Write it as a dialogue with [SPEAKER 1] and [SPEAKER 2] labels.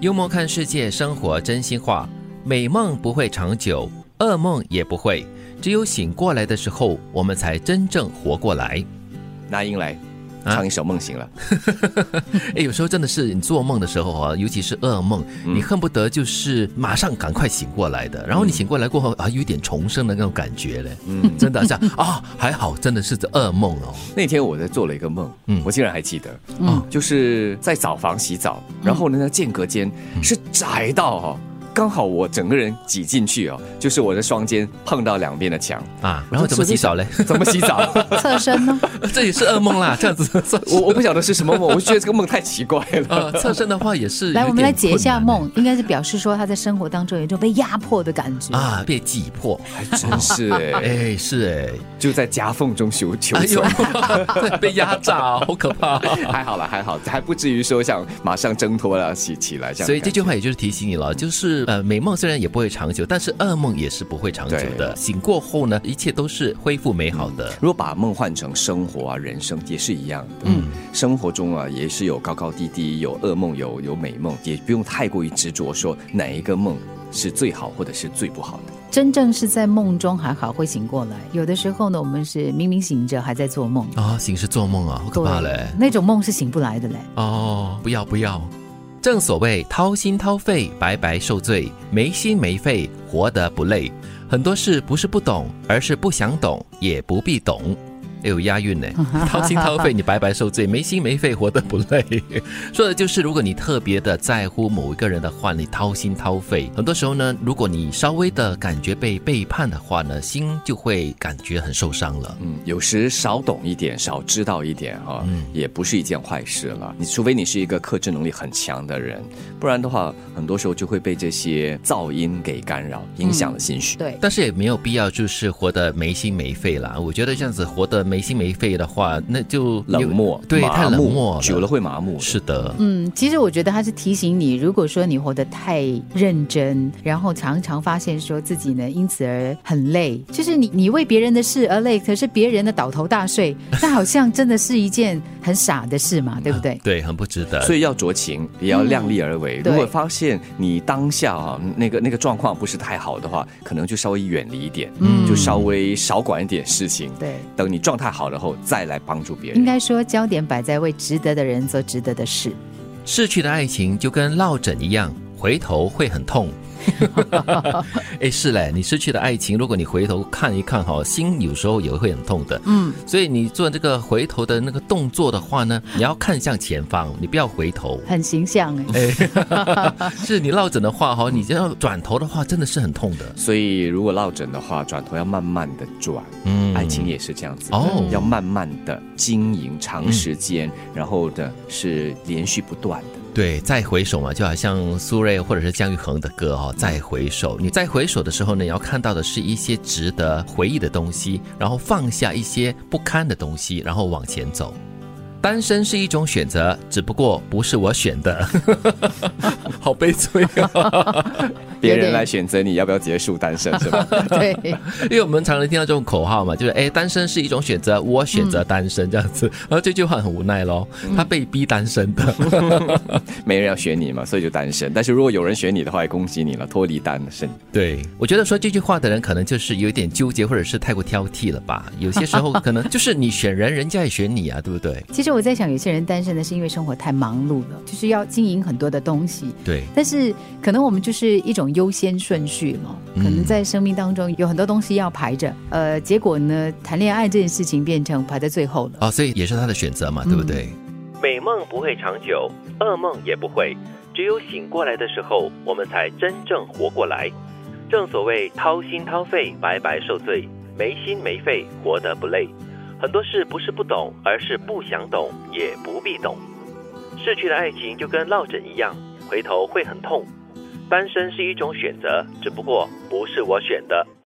[SPEAKER 1] 幽默看世界，生活真心话。美梦不会长久，噩梦也不会，只有醒过来的时候，我们才真正活过来。
[SPEAKER 2] 那英来
[SPEAKER 1] 啊
[SPEAKER 2] 唱一首《梦醒了》
[SPEAKER 1] 哎，有时候真的是你做梦的时候啊，尤其是噩梦，你恨不得就是马上赶快醒过来的。然后你醒过来过后啊，有一点重生的那种感觉嘞。嗯，真 的是啊啊，还好真的是噩梦哦。
[SPEAKER 2] 那天我在做了一个梦，
[SPEAKER 1] 嗯
[SPEAKER 2] 我竟然还记得，
[SPEAKER 1] 嗯
[SPEAKER 2] 就是在澡房洗澡，然后呢，那间隔间
[SPEAKER 1] 嗯
[SPEAKER 2] 是窄到哦，刚好我整个人挤进去哦，就是我的双肩碰到两边的墙，
[SPEAKER 1] 啊，然后怎么洗澡嘞？
[SPEAKER 2] 怎么洗澡？
[SPEAKER 3] 侧身呢？
[SPEAKER 1] 这也是噩梦啦，这样子 算
[SPEAKER 2] 我我不晓得是什么梦，我就觉得这个梦太奇怪 了。
[SPEAKER 1] 呃，侧身的话也是有点
[SPEAKER 3] 来，我们来解一下
[SPEAKER 1] 困难
[SPEAKER 3] 梦，应该是表示说他在生活当中有一种被压迫的感觉。
[SPEAKER 1] 啊，被挤破。
[SPEAKER 2] 还真是哎，
[SPEAKER 1] 哎，是
[SPEAKER 2] 就在夹缝中求求
[SPEAKER 1] 哎，哎
[SPEAKER 2] 索
[SPEAKER 1] 呦。， 对被压榨，好可怕。
[SPEAKER 2] 还好了，还好，还不至于说想马上挣脱了起起来这样。
[SPEAKER 1] 所以这句话也就是提醒你了，就是呃，美梦虽然也不会长久，但是噩梦也是不会长久的。
[SPEAKER 2] 对嗯
[SPEAKER 1] 醒过后呢，一切都是恢复美好的。
[SPEAKER 2] 如果把梦换成生活啊，人生也是一样的。嗯，生活中啊也是有高高低低，有噩梦，有有美梦，也不用太过于执着说哪一个梦是最好或者是最不好的。
[SPEAKER 3] 真正是在梦中还好会醒过来，有的时候呢，我们是明明醒着还在做梦，
[SPEAKER 1] 啊、醒是做梦啊，好可怕
[SPEAKER 3] 对
[SPEAKER 1] 嘞！
[SPEAKER 3] 那种梦是醒不来的嘞。
[SPEAKER 1] 哦，不要不要。正所谓掏心掏肺，白白受罪；没心没肺，活得不累。很多事不是不懂，而是不想懂，也不必懂。哎呦，押韵呢！掏心掏肺，你白白受罪；没心没肺，活得不累。 说的就是，如果你特别的在乎某一个人的话，你掏心掏肺。很多时候呢，如果你稍微的感觉被背叛的话呢，心就会感觉很受伤了。
[SPEAKER 2] 嗯，有时少懂一点，少知道一点哈、
[SPEAKER 1] 嗯
[SPEAKER 2] 也不是一件坏事了。你除非你是一个克制能力很强的人，不然的话，很多时候就会被这些噪音给干扰，影响了心绪。
[SPEAKER 3] 对，
[SPEAKER 1] 但是也没有必要就是活得没心没肺啦。我觉得这样子活得没心没肺的话，那就
[SPEAKER 2] 冷漠，
[SPEAKER 1] 对，
[SPEAKER 2] 麻
[SPEAKER 1] 太冷
[SPEAKER 2] 木
[SPEAKER 1] 漠
[SPEAKER 2] 久了会麻木。
[SPEAKER 1] 是的，
[SPEAKER 3] 嗯，其实我觉得他是提醒你，如果说你活得太认真，然后常常发现说自己呢因此而很累，就是你你为别人的事而累，可是别人的倒头大睡，那好像真的是一件很傻的事嘛，对不对？
[SPEAKER 1] 对，很不值得。
[SPEAKER 2] 所以要酌情，也要量力而为。
[SPEAKER 3] 嗯对
[SPEAKER 2] 如果发现你当下啊那个那个状况不是太好的话，可能就稍微远离一点，
[SPEAKER 3] 嗯
[SPEAKER 2] 就稍微少管一点事情。
[SPEAKER 3] 对。
[SPEAKER 2] 等你状态好了后，再来帮助别人。
[SPEAKER 3] 应该说，焦点摆在为值得的人做值得的事。
[SPEAKER 1] 逝去的爱情就跟落枕一样，回头会很痛。 哎，是嘞，你失去的爱情，如果你回头看一看哈，心有时候也会很痛的。嗯，所以你做这个回头的那个动作的话呢，你要看向前方，你不要回头。
[SPEAKER 3] 很形象哎，
[SPEAKER 1] 哎，是你落枕的话哈，你要转头的话，真的是很痛的。
[SPEAKER 2] 所以，如果落枕的话，转头要慢慢的转。
[SPEAKER 1] 嗯
[SPEAKER 2] 爱情也是这样子
[SPEAKER 1] 哦
[SPEAKER 2] 哦，要慢慢的经营，长时间，
[SPEAKER 3] 嗯
[SPEAKER 2] 然后呢是连续不断的。
[SPEAKER 1] 对，再回首嘛，就好像苏芮或者是姜育恒的歌哦，再回首。你再回首的时候呢，你要看到的是一些值得回忆的东西，然后放下一些不堪的东西，然后往前走。单身是一种选择，只不过不是我选的，好悲催啊、
[SPEAKER 2] 别人来选择你要不要结束单身是 吧？
[SPEAKER 3] 对，
[SPEAKER 1] 因为我们常常听到这种口号嘛，就是哎，单身是一种选择，我选择单身这样子。然后这句话很无奈咯，他被逼单身的。
[SPEAKER 2] 没人要选你嘛，所以就单身。但是如果有人选你的话，也恭喜你了，脱离单身。
[SPEAKER 1] 对，我觉得说这句话的人可能就是有一点纠结，或者是太过挑剔了吧。有些时候可能就是你选人，人家也选你啊，对不对？
[SPEAKER 3] 其实我在想，有些人单身呢，是因为生活太忙碌了，就是要经营很多的东西。
[SPEAKER 1] 对，
[SPEAKER 3] 但是可能我们就是一种优先顺序嘛，可能在生命当中有很多东西要排着，呃，结果呢，谈恋爱这件事情变成排在最后了。
[SPEAKER 1] 哦，所以也是他的选择嘛，对不对？
[SPEAKER 4] 美梦不会长久，噩梦也不会，只有醒过来的时候，我们才真正活过来。正所谓掏心掏肺，白白受罪；没心没肺，活得不累。很多事不是不懂，而是不想懂，也不必懂。逝去的爱情就跟落枕一样，回头会很痛。单身是一种选择，只不过不是我选的。